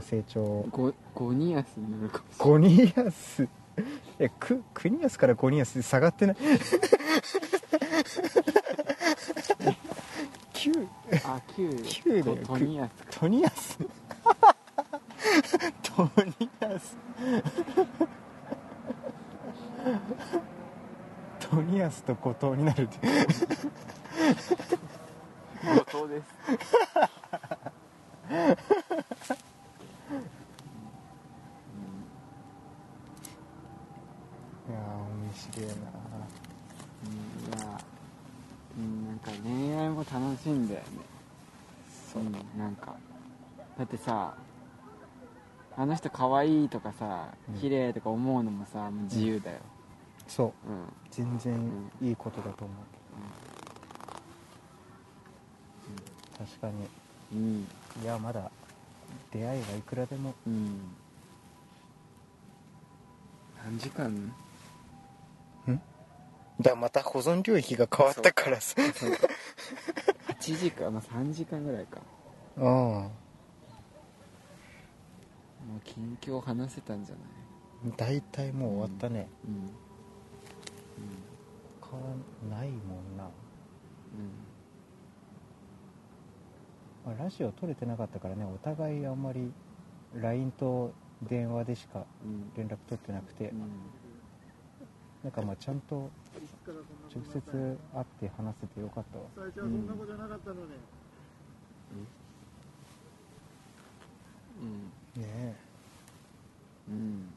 成長ゴゴニアスになるかもしれなゴいニアスいやククニアスからゴニアス下がってない 九あ九九だよトトニアストニアス トニアス トニアスと後藤になるって 後藤ですいやー面白いなうんいやうんなんか恋愛も楽しいんだよねそううんなんかだってさあの人可愛いとかさうん綺麗とか思うのもさもう自由だよ、そううん全然いいことだと思う、確かにうんいやまだ出会いはいくらでもうん何時 間だまた保存領域が変わったからさ8時間まあ3時間ぐらいかうんもう近況話せたんじゃない大体もう終わったね、うんうん変わんないもんな、まあラジオ撮れてなかったからねお互いあんまり LINE と電話でしかうんうん連絡取ってなくて、なんかまあちゃんと直接会って話せてよかったわ最初はそんなことじゃなかったのに。うんねえうん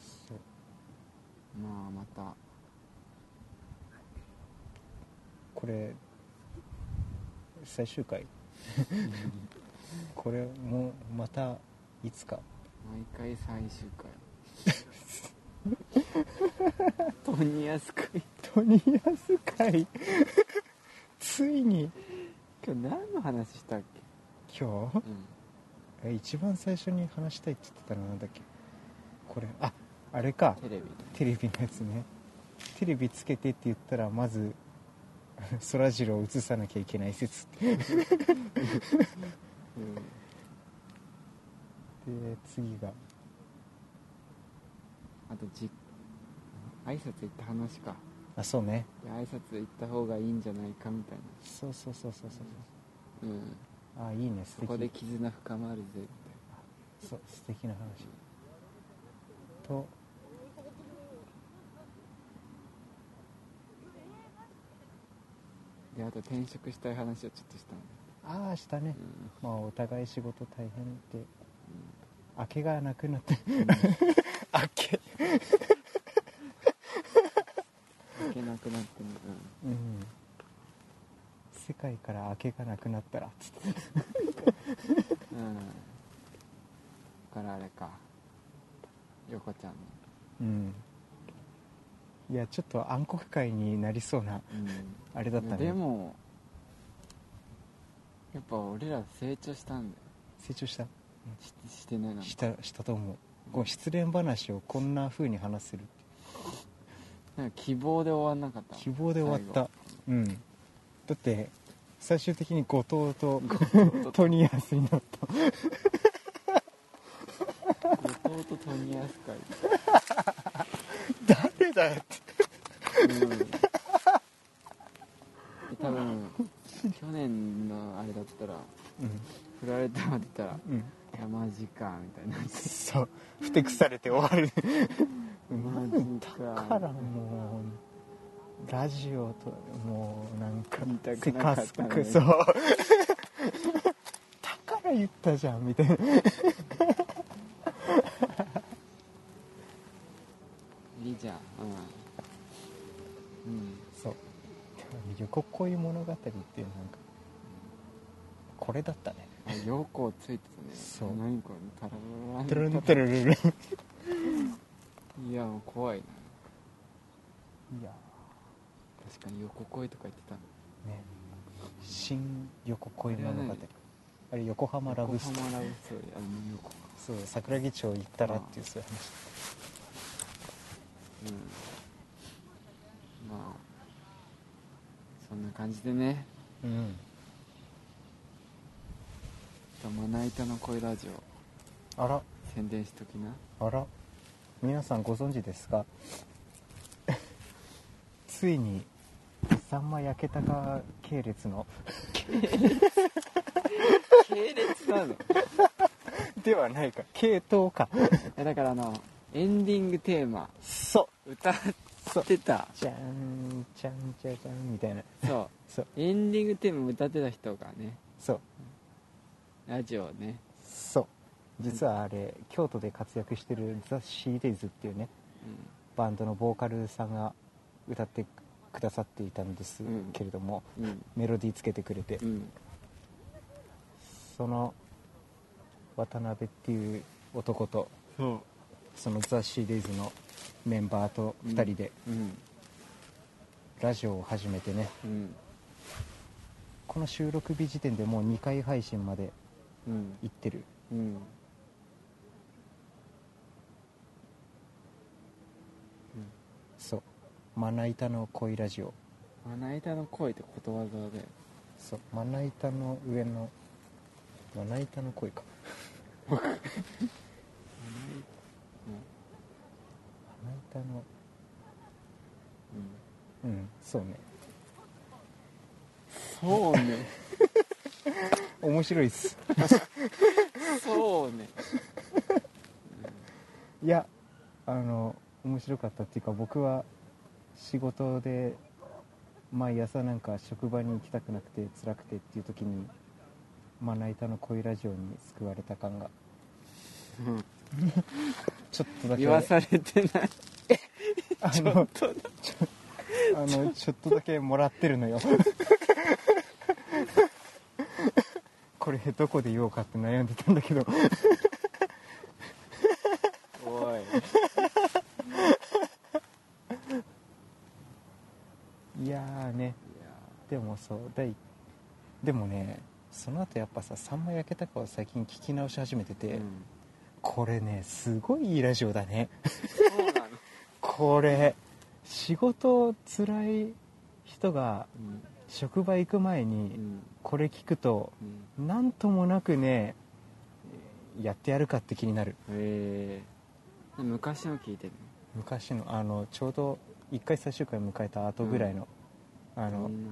そうまあまたこれ最終回これもまたいつか毎回最終回トニアスクイトニアス会ついに今日何の話したっけ、今日え一番最初に話したいって言ってたのなんだっけこれああれかテレビテレビのやつねテレビつけてって言ったらまず そらジローを映さなきゃいけない説で次があとじ挨拶行った話かあそうねで挨拶行った方がいいんじゃないかみたいそうそうそうそうそうな、うん、そうあいいね素そこで敵絆深まるぜみそう素敵な話とたいなであと転職したい話をちょっとしたの、ああしたねう、んまあお互い仕事大変で明けがなくなって明け行けなくなっても、うん世界から明けがなくなったらつってうんうん、だからあれか横ちゃんの、うんいやちょっと暗黒界になりそうなうんあれだったねでもやっぱ俺ら成長したんだよ成長したししてないなしたしたと思うこの失恋話をこんな風に話せるってなんか希望で終わんなかった希望で終わったうんだって最終的に後藤と最後トニアスになった弟とトニアス会誰だよってうん多分 去年のあれだったらう振られたまでたらんうん「いやマジか」みたいになってそうふてくされて終わる「マジだか」からもうラジオともうなんか見たせくなかかったねすくそう だから言ったじゃんみたいな「いいじゃん」うん、うん、そう横恋物語っていうなんかこれだったねあ陽光ついてたねそう何これタラララてるんてるるるいいやもう怖いなや確かに横恋とか言ってたのね新横恋物語あれは何あれ横浜ラブストーリ横ー浜ラブストーリーあの横かそう桜木町行ったらっていうそういう話うんまあそんな感じでねうんまな板の恋ラジオあら宣伝しときなあら皆さんご存知ですか ついにさんま焼けたか系列の 系列な のではないか系統かえだからあのエンディングテーマそ歌ってたうじゃんじゃんじゃじゃんみたいなそそううエンディングテーマ歌ってた人がねそうラジオをね、そう実はあれ京都で活躍してるザ・シーデイズっていうねバンドのボーカルさんが歌ってくださっていたんですけれども、うんうんメロディーつけてくれて、うんその渡辺っていう男とそそのザ・シーデイズのメンバーと2人でううんラジオを始めてね、うんこの収録日時点でもう2回配信までうん行ってるうんそうまな板の恋ラジオまな板の恋ってことわざでそうまな板の上のまな板の恋かまな板のうんそうねそうね面白いっすそうねいやあの面白かったっていうか僕は仕事で毎朝なんか職場に行きたくなくて辛くてっていう時にまな板の恋ラジオに救われた感がちょっとだけ言わされてないあのあのちょっとだけもらってるのよこれどこで言おうかって悩んでたんだけどおいいやーねでもそう第でもねその後やっぱさ「さんま焼けたか」を最近聞き直し始めてて、うんこれねすごいいいラジオだねそうなのこれ仕事つらい人がうん職場行く前うにんこれ聞くとうんなんともなくねやってやるかって気になるへえ昔の聞いてる昔のあのちょうど1回最終回迎えた後ぐらいの、あの、みんな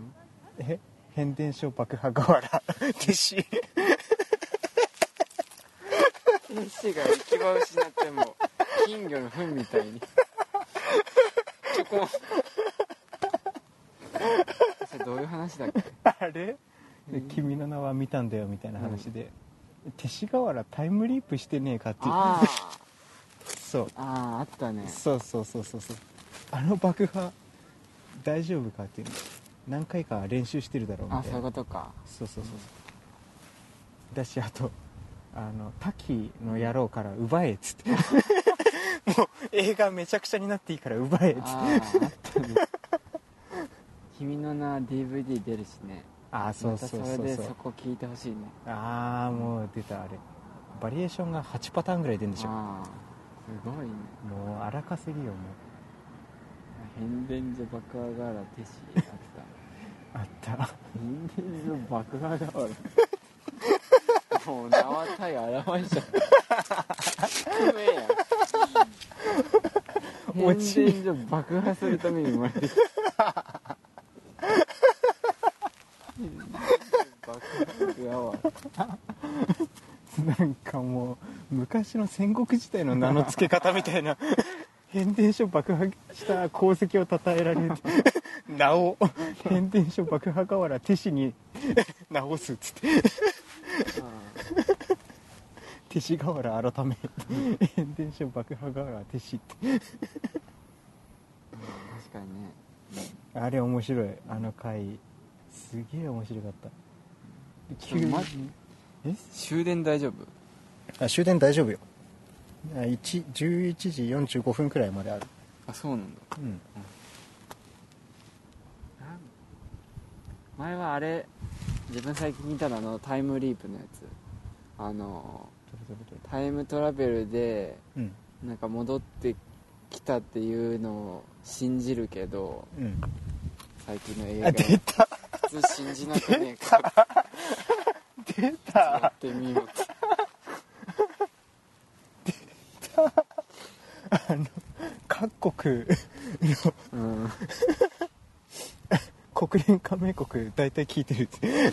え変電所爆破瓦弟子石が行き場を失っても金魚の糞みたいにちょこそれどういう話だっけあれ、うんで君の名は見たんだよみたいな話で、弟子瓦タイムリープしてねえかっていうああ そうあああったねそうそうそうそうそうあの爆破大丈夫かっていうの何回か練習してるだろうみたいなあそういうことかそうそうそうそうだしあとあの滝の野郎から奪えっつって もう映画めちゃくちゃになっていいから奪えっつってあああったね君の名は DVD 出るしねああそうそうそうまたそれでそうそこ聞いてほしいねああもう出たあれバリエーションが8パターンぐらい出るんでしょもああすごいねう荒稼ぎよも変電所爆破ガラ手師あったうあった 変電所爆破ガラもう縄体表しちゃった不明や落変ち電所爆破するために生まれてきた爆破やわなんかもう昔の戦国時代の名の付け方みた いな変電所爆破した功績を称えられて 名を変電所爆破瓦手師に 直すっつって手師瓦改め変電所爆破瓦手師って確かにねあれ面白いあの回すげえ面白かった急にまえ終電大丈夫あ終電大丈夫よあ1 11時45分くらいまであるあそうなんだうん前はあれ自分最近聞いたのあのタイムリープのやつあのタイムトラベルでうんなんか戻ってきたっていうのを信じるけどうん最近の映画あ出た普通信じなくねえか出らやたってみようってあの各国 うん国連加盟国大体聞いてるって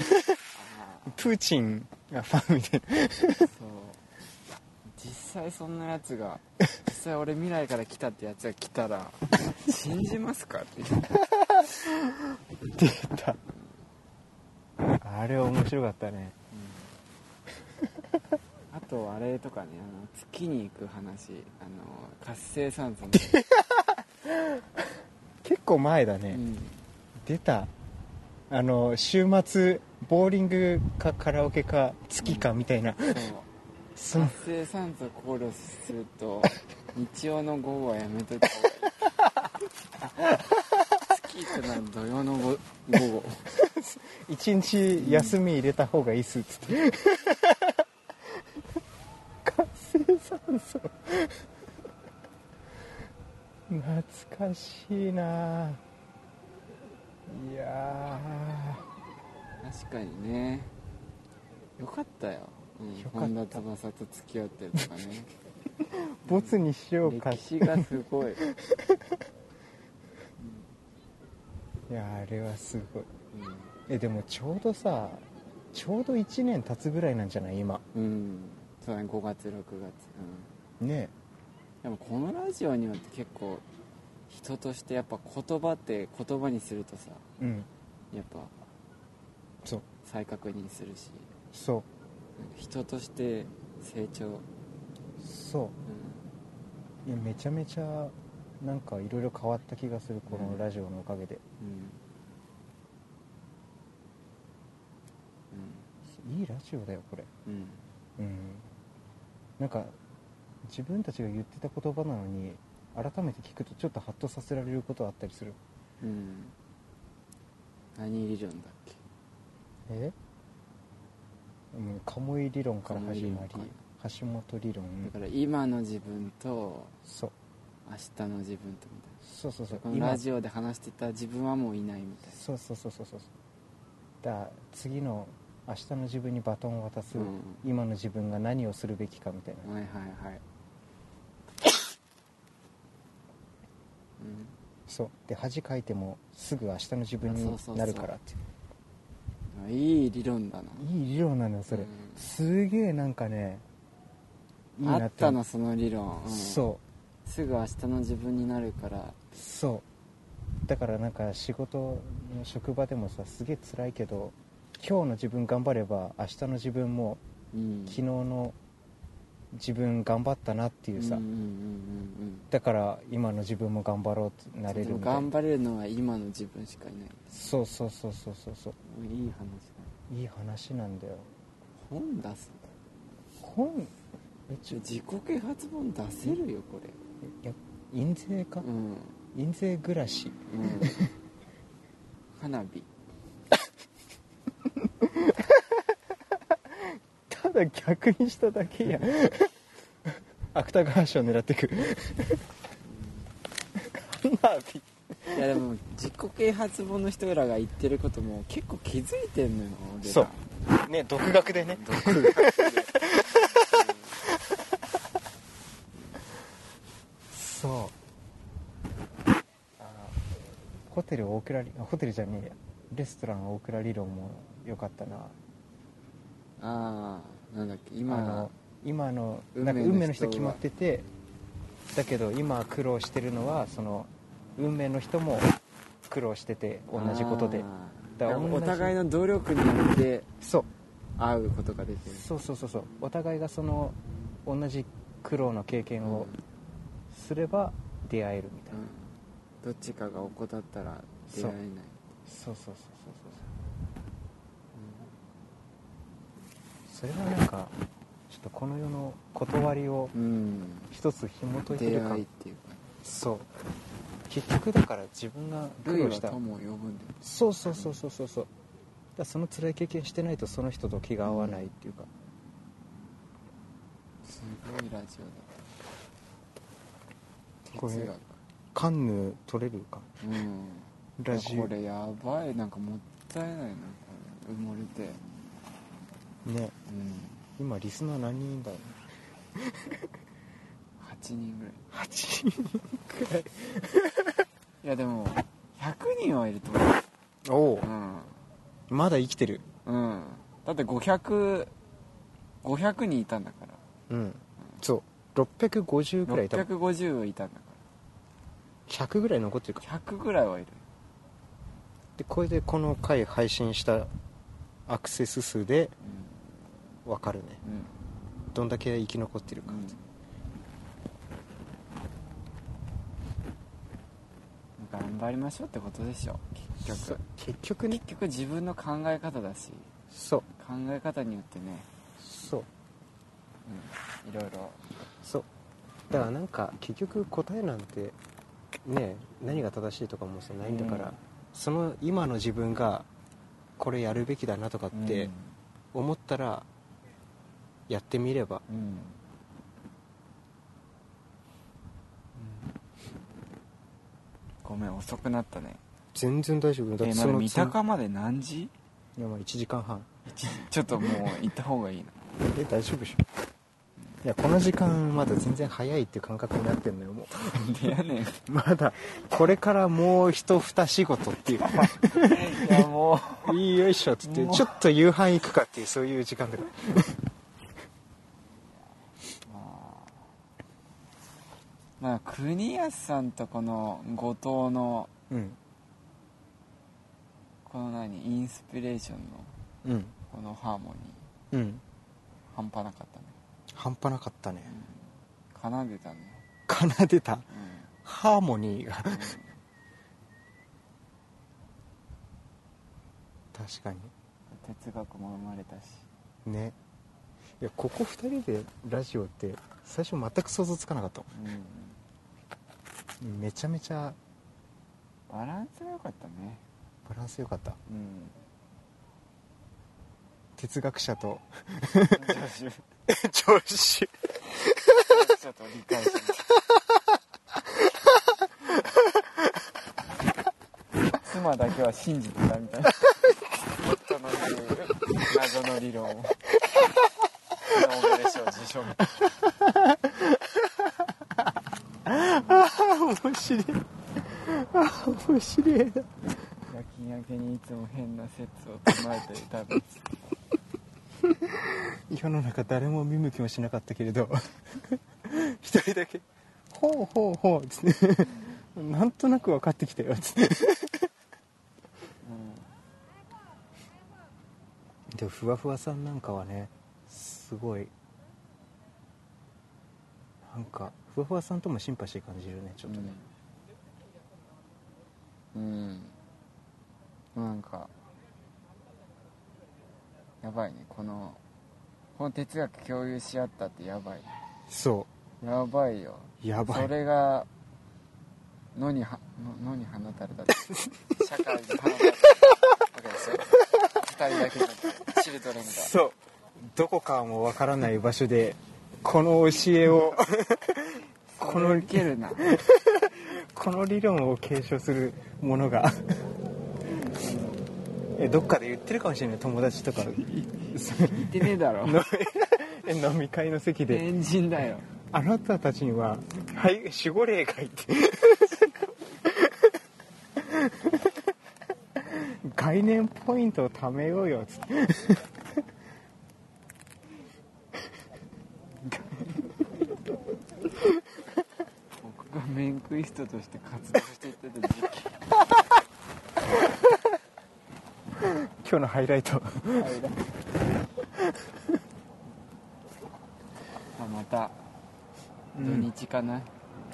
プーチンがファンみたいなそう実際そんなやつが実際俺未来から来たってやつが来たら信じますかって出たあれは面白かったねあとあれとかねあの月に行く話あの活性酸素の、結構前だうね、ん、出たあの週末ボーリングかカラオケか月かみたいな、そうその活性酸素考慮すると日曜の午後はやめといた方がいい月ってのは土曜の午午後一日休み入れた方がいいっすっ つって、活性酸素懐かしいなあいや確かにねよかったよ、うん、よかった本田翼と付き合ってるとかねあボツにしようか歴史がすごい、うんいやああれはすごいえでもちょうどさちょうど1年経つぐらいなんじゃない今うん、そうだね5月6月、うん、ねでもこのラジオによって結構人としてやっぱ言葉って言葉にするとさえうんやっぱそう再確認するしそなんか人として成長、うん、うそういやめちゃめちゃなんかいろいろ変わった気がするこのラジオのおかげで、うんうんいいラジオだよこれうんうんなんか自分たちが言ってた言葉なのに改めて聞くとちょっとハッとさせられることあったりするうん何理論だっけえうん鴨居理論から始まり鴨居理橋本理論だから今の自分とそう明日の自分とみたいそうそうそうなこのラジオで話してた自分はもういないみたいそうそうそうそうそうだから次の明日の自分にバトンを渡す、うん今の自分が何をするべきかみたいな、なはいはいはいうんそうで恥かいてもすぐ明日の自分あにそうそうそうなるからっていうあいい理論だないい理論なのよそれ、うんすげえなんかねいいなあってったのその理論、うんそすぐ明日の自分になるからうそうだからなんか仕事の職場でもさすげえ辛いけど今日の自分頑張れば明日の自分もうん昨日の自分頑張ったなっていうさ、うんうんうんうんうんだから今の自分も頑張ろうってなれでるもみたい頑な張れるのは今の自分しかいないそうそうそうそうそうそううんいい話だいい話なんだよ本出す本えちちょょ自己啓発本出せるよこれいや印税か、うんうん印税暮らし花火ただ逆にしただけや芥川賞狙ってく花火いやでも自己啓発本の人らが言ってることも結構気づいてんのよ俺らそうね独学でね毒そうあーホテル大倉理あホテルじゃねえやレストラン大倉理論も良かったなああなんだっけ今あのの今の運なんか命の運命の人人決まっててだけど今苦労してるのはその運命の人も苦労してて同じことであーだから同じお互いの努力によってそう会うことができるそうそうそうそうお互いがその同じ苦労の経験うんをすれば出会えるみたいな、どっちかが怠ったら出会えないそうそうそうそうそうそれはなんかちょっとこの世の断りをうん、うん一つ紐解いて出るか会いっていうかそう結局だから自分が苦類労はした友を呼ぶんだよそうそうそうそうそうそうだからその辛い経験してないとその人と気が合わないっていうか、すごいラジオこだれ哲学カンヌ取れるかうんラジこれやばいなんかもったいないなこれ埋もれてオねうん今リスナー何人だろ8人ぐらい8人くらいいやでも100人はいるとお お思まだ生きてるううん、うん、だって500500人いたんだからうんそう650くらいいたもん650いたんだか100ぐらい残ってるから100ぐらいはいるでこれでこの回配信したアクセス数で分かるねうんどんだけ生き残ってるうか、ん、頑張りましょうってことでしょ結そう局結局ね結局自分の考え方だしそう考え方によってね、そううん、いろいろそうだからなんか結局答えなんてね何が正しいとかもさないんだから、うんその今の自分がこれやるべきだなとかって思ったらやってみればうん、うんごめん遅くなったね全然大丈夫だえってまそだの三鷹まで何時いやまあ1時間半一ちょっともう行った方がいいなえ大丈夫でしょいやこの時間まだ全然早いっていう感覚になってんのよもなんでやねんいうまだこれからもう一二仕事っていうやもいいよいしょっつってもうちょっと夕飯行くかっていうそういう時間だからうまあまあ国安さんとこの後藤のうんこの何インスピレーションうのんこのハーモニーうん半端なかったね半端なかったね奏でたね奏でたうんハーモニーが確かうん哲学も生まれたしにねいやここ2人でラジオって最初全く想像つかなかったもうんんめちゃめちゃバランスが良かったねバランス良かったうん哲学者と聴 上司取者と理 解者妻だけは信じてたみたいな夫の言う謎の理論をノーベル賞受賞みたい面白いあー面白いなな夜勤明けにいつも変な説を唱えて歌う世の中誰も見向きもしなかったけれど一人だけ「ほうほうほう」つってなんとなく分かってきたよつってでもふわふわさんなんかはねすごいなんかふわふわさんともシンパシー感じるねちょっとね、うん、うん、なんかやばいねこのこの哲学共有し合ったってやばいそやばいようやばそいれが野にはの野に放たれ たって社会に放たれたわけですよ二人だけのチルドレンがそうどこかもわからない場所でこの教え をこのウケるなこの理論を継承するものが えどっかで言ってるかもしれない友達とか言ってねえだろの え飲み会の席で変人だよあなたたちには、はい、守護霊がいて。 概念ポイントを貯めようよ、つって。僕がメンクイストとして活動していってた時 今期日のハイライト。まあまた土日か な、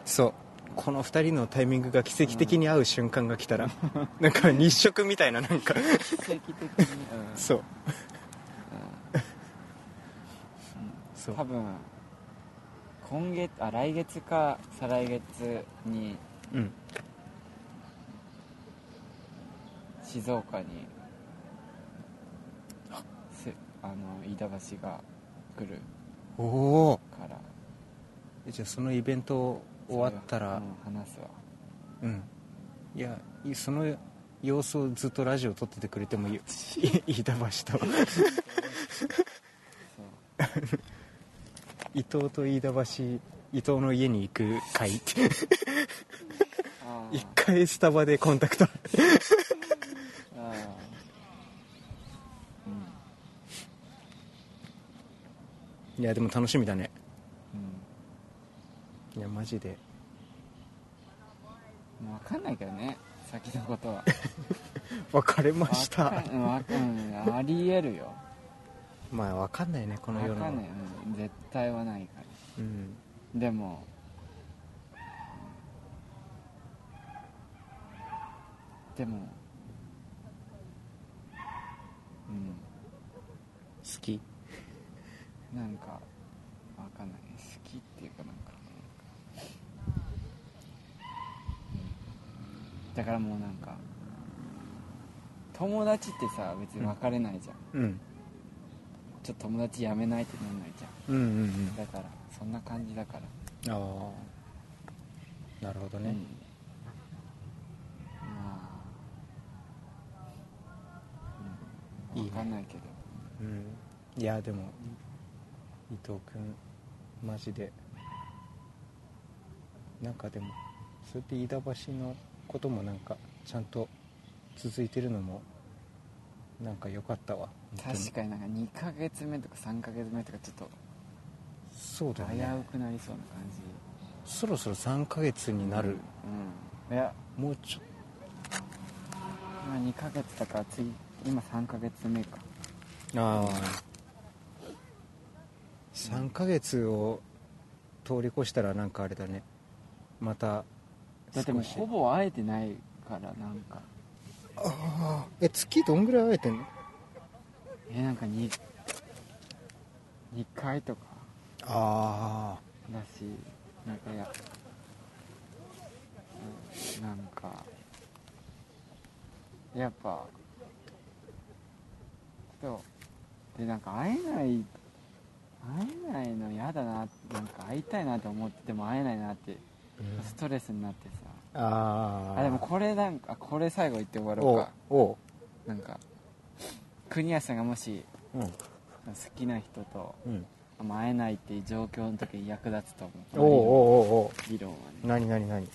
そう。この二人のタイミングが奇跡的に合う瞬間が来たら、なんか日食みたいな、なんか。奇跡的に、そう。そう多。分今月あ来月か再来月にうん。静岡にせあの飯田橋が来るおおからー。じゃあそのイベント終わったら、それはうん話すわうん、いやいその様子をずっとラジオ撮っててくれて もいいよい飯田橋 とそう伊藤と飯田伊藤の家に行く会あー 一回スタバでコンタクトあーうん いやでも楽しみだねういやマジでんもう分かんないからね先のことは別れましわたかんうんわかんありえるよまあ分かんないねこ分の世のかんない、うん、絶対はないからうんでもでもう好きんなんかわかんない好きっていうかなんかうんだからもうなんか友達ってさ別に別れないじゃん、うんちょっと友達やめないってなんないじゃんうんうんだからそんな感じだからうんああなるほどね、うんまいあ、い分ねかんないけどうんいやでも伊藤君マジでなんかでもそうやって飯田橋のこともなんかちゃんと続いてるのもなんか良かったわ本当確かになんか2ヶ月目とか3ヶ月目とかちょっとそう危だねうくなりそうな感じそろそろ3ヶ月になる、うんいやもうちょまあ2ヶ月だから次今3ヶ月目かああ3ヶ月を通り越したらなんかあれだねまただってもう少しほぼ会えてないからなんかああえ月どんぐらい会えてんのえなんか 2, 2回とかああだしなんかや、うん、なんかやっぱとでなんか会えない会えないの嫌だななんか会いたいなって思ってても会えないなってストレスになってさあーあでもこれなんかあこれ最後言って終わろうおかうおなんか国安さんがもしううん好きな人とうんまあ会えないっていう状況の時に役立つと思うおうおうおうお議論はねう何何何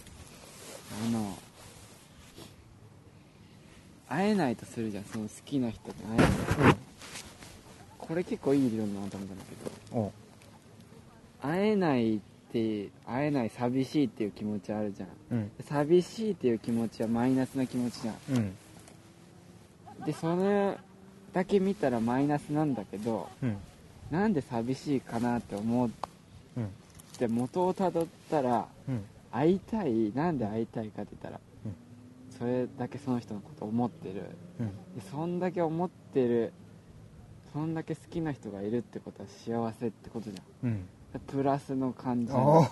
あの会えないとするじゃんその好きな人に会えない、これ結構いい理論だなと思ったんだけどおう会えないって会えない寂しいっていう気持ちあるじゃんうん寂しいっていう気持ちはマイナスな気持ちじゃんうんでそれだけ見たらマイナスなんだけどうんなんで寂しいかなって思っうんて元をたどったらうん会いたいなんで会いたいかって言ったら、うんそれだけその人のこと思ってるうんでそんだけ思ってるそんだけ好きな人がいるってことは幸せってことじゃんうんでプラスの感じおう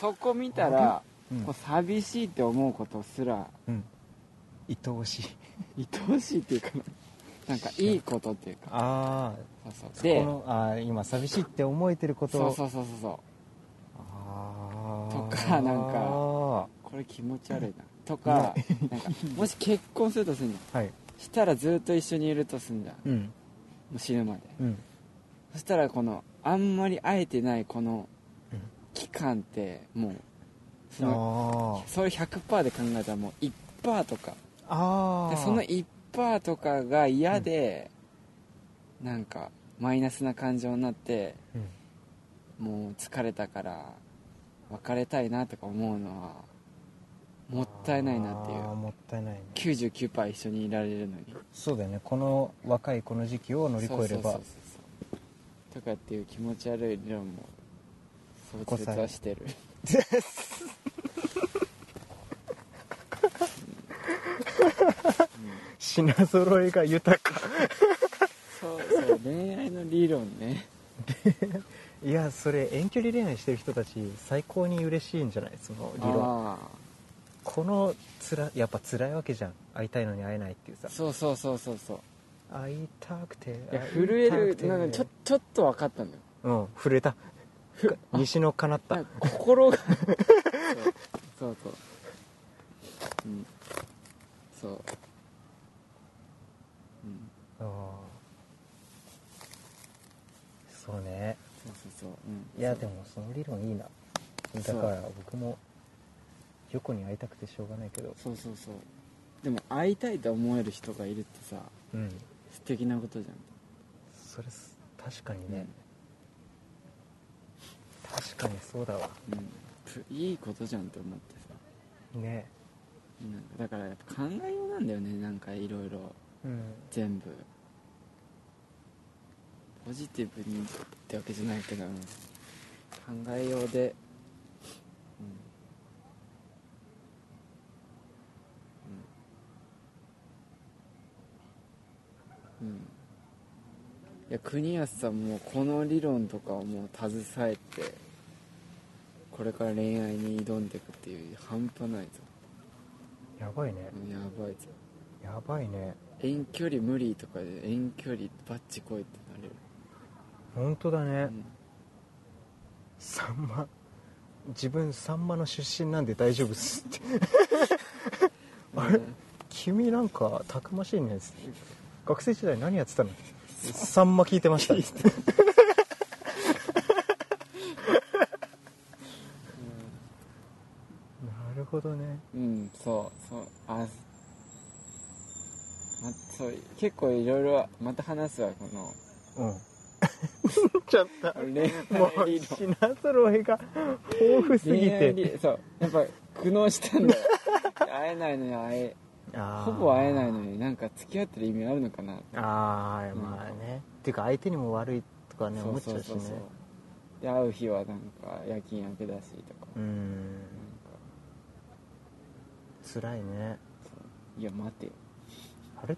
そこ見たらうんこう寂しいって思うことすらうん 愛おしい愛おしいっていうかななんかいいことっていうかあそうそあうでこのあー今寂しいって思えてることそううそうそうそうそうああとかなんかこれ気持ち悪いなとかなんかもし結婚するとすんじゃんはいしたらずっと一緒にいるとすんじゃんうもんう死ぬまでうんそしたらこのあんまり会えてないこのうん期間ってもうそのあそれ100%で考えたらもう1%とかああであその1%とかが嫌で、なんかマイナスな感情になってうんもう疲れたから別れたいなとか思うのはもったいないなっていあーうもったいないね99%一緒にいられるのにそうだよねこの若いこの時期を乗り越えればそうそうそうそうとかっていう気持ち悪い理論も創設はしてる 品揃えが豊かそうそう恋愛の理論ねいやそれ遠距離恋愛してる人たち最高に嬉しいんじゃないその理論ああこのつらやっぱ辛いわけじゃん会いたいのに会えないっていうさそうそうそうそうそう会いたくていや会いた震えくるてなんかちょちょっと分かったんだようん震えた西のかなっなたんか心がそうそうそううんそううんあーそうねそうそうそう、うん、いやでもその理論いいなだから僕も横に会いたくてしょうがないけどそうそうそうでも会いたいと思える人がいるってさうん素敵なことじゃそれす確かにん、ね、確かにそうだわうん、ぷいいことじゃんって思ってさねなんかだからやっぱ考えようなんだよねなんかいろいろうん全部ポジティブにってわけじゃないけど、うん考えようで、うんうんうん、いや国安さんもこの理論とかをもう携えてこれから恋愛に挑んでいくっていう半端ないぞやばいねうんやばいぞやばいね遠距離無理とかで遠距離バッチ来いってなれる本当だね、うんサンマ自分サンマの出身なんで大丈夫っ すってあれ君なんかたくましいね学生時代何やってたのサンマ聞いてましたってなるほどねうんそうそうあまそう結構いろいろまた話すわこのうん ちょっと恋愛もう理品揃えが豊富す論ぎ恋愛て理そうやっぱ苦悩したんだよ会えないのに会えほほぼ会えないのになんか付き合ってる意味あるのかなああまあね、っていうか相手にも悪いとかねそ思っうちそゃううしそうねそうで会う日はなんか夜勤明けだしとか、うーなんかん辛いねそういや待てよあれ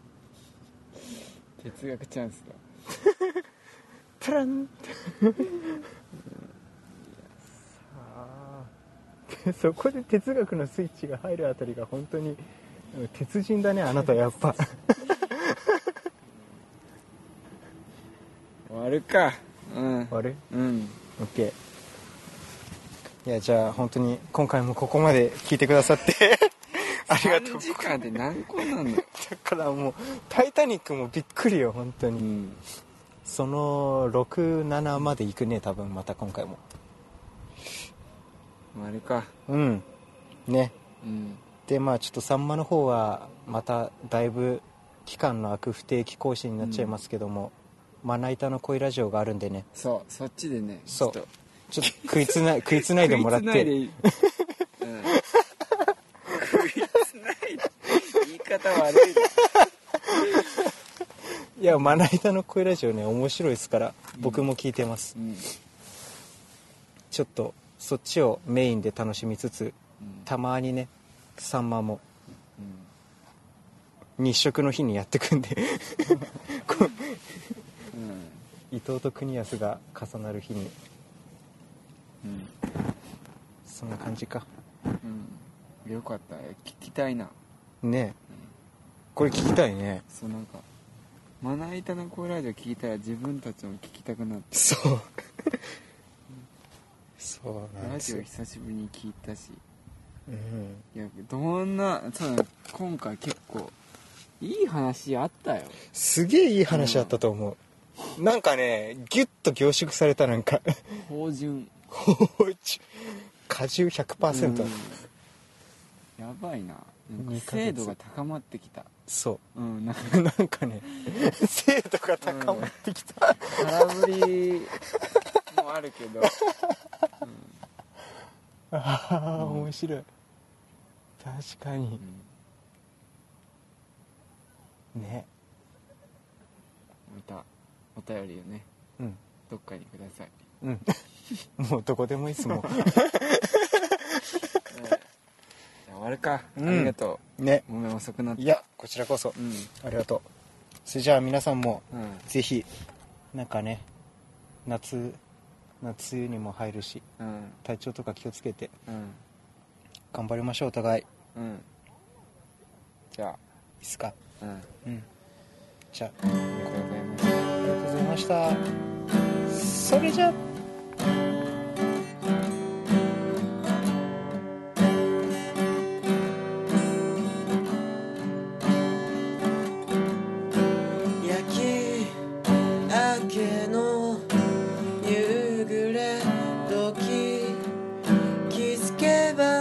哲学チャンスだプランってさあ そこで哲学のスイッチが入るあたりが本当にうん鉄人だねあなたやっぱ終わるかうん あれうん OK いやじゃあ本当に今回もここまで聞いてくださって ありがとう3時間で何個なんだよだからもう「タイタニック」もびっくりよ本当うに、んその67まで行くね多分また今回も終わるかうんねうんでまあちょっとサンマの方はまただいぶ期間の空く不定期更新になっちゃいますけども、まな板の恋ラジオがあるんでねそうそっちでねそうちょっちょっと食いつな食いつないでもらっ 食いつないでていい、うん、食いつないで言い方悪いいやまな板の恋ラジオね面白いですから僕も聞いてます、うん、うん、ちょっとそっちをメインで楽しみつつたまにねサンマもうん日食の日にやってくん でこうん伊藤と国安が重なる日にうんそんな感じかうんよかった聞きたいなねえこれ聞きたいねそうなんかまな板のコラージュ聞いたら自分たちも聞きたくなってそう そうなんラですジオよ、久しぶりに聞いたしうん、いやどんなそうだね今回結構いい話あったよすげえいい話あったと思う、なんかねギュッと凝縮されたなん か芳醇果汁100%、うんやばいななんか二ヶ月精度が高まってきたそうんなんかうなんかね精度が高まってきた、空振りもあるけ どああ 面白い確かにうんねまたお便りをねうんどっかにくださいうん もうどこでもいいっすもじゃあ終わるか、うんありがとう ねうごめん遅くなったいやこちらこそうんありがとうそれじゃあ皆さんもうんぜひなんかね夏夏冬にも入るしうん体調とか気をつけてうん頑張りましょうお互いいいうんじゃっすかあうんあうんじゃありがとうございますありがとうございましたそれじゃあ焼き明けの夕暮れ時君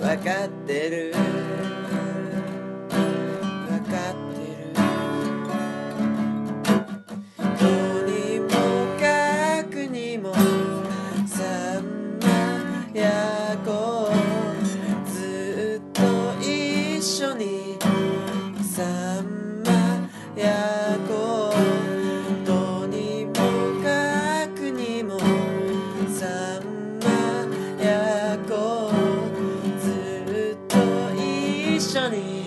わかってるわかってるとにもかくにもさんまやこずっと一緒にさんまやこどにもかくにもさんまやこずっと一緒に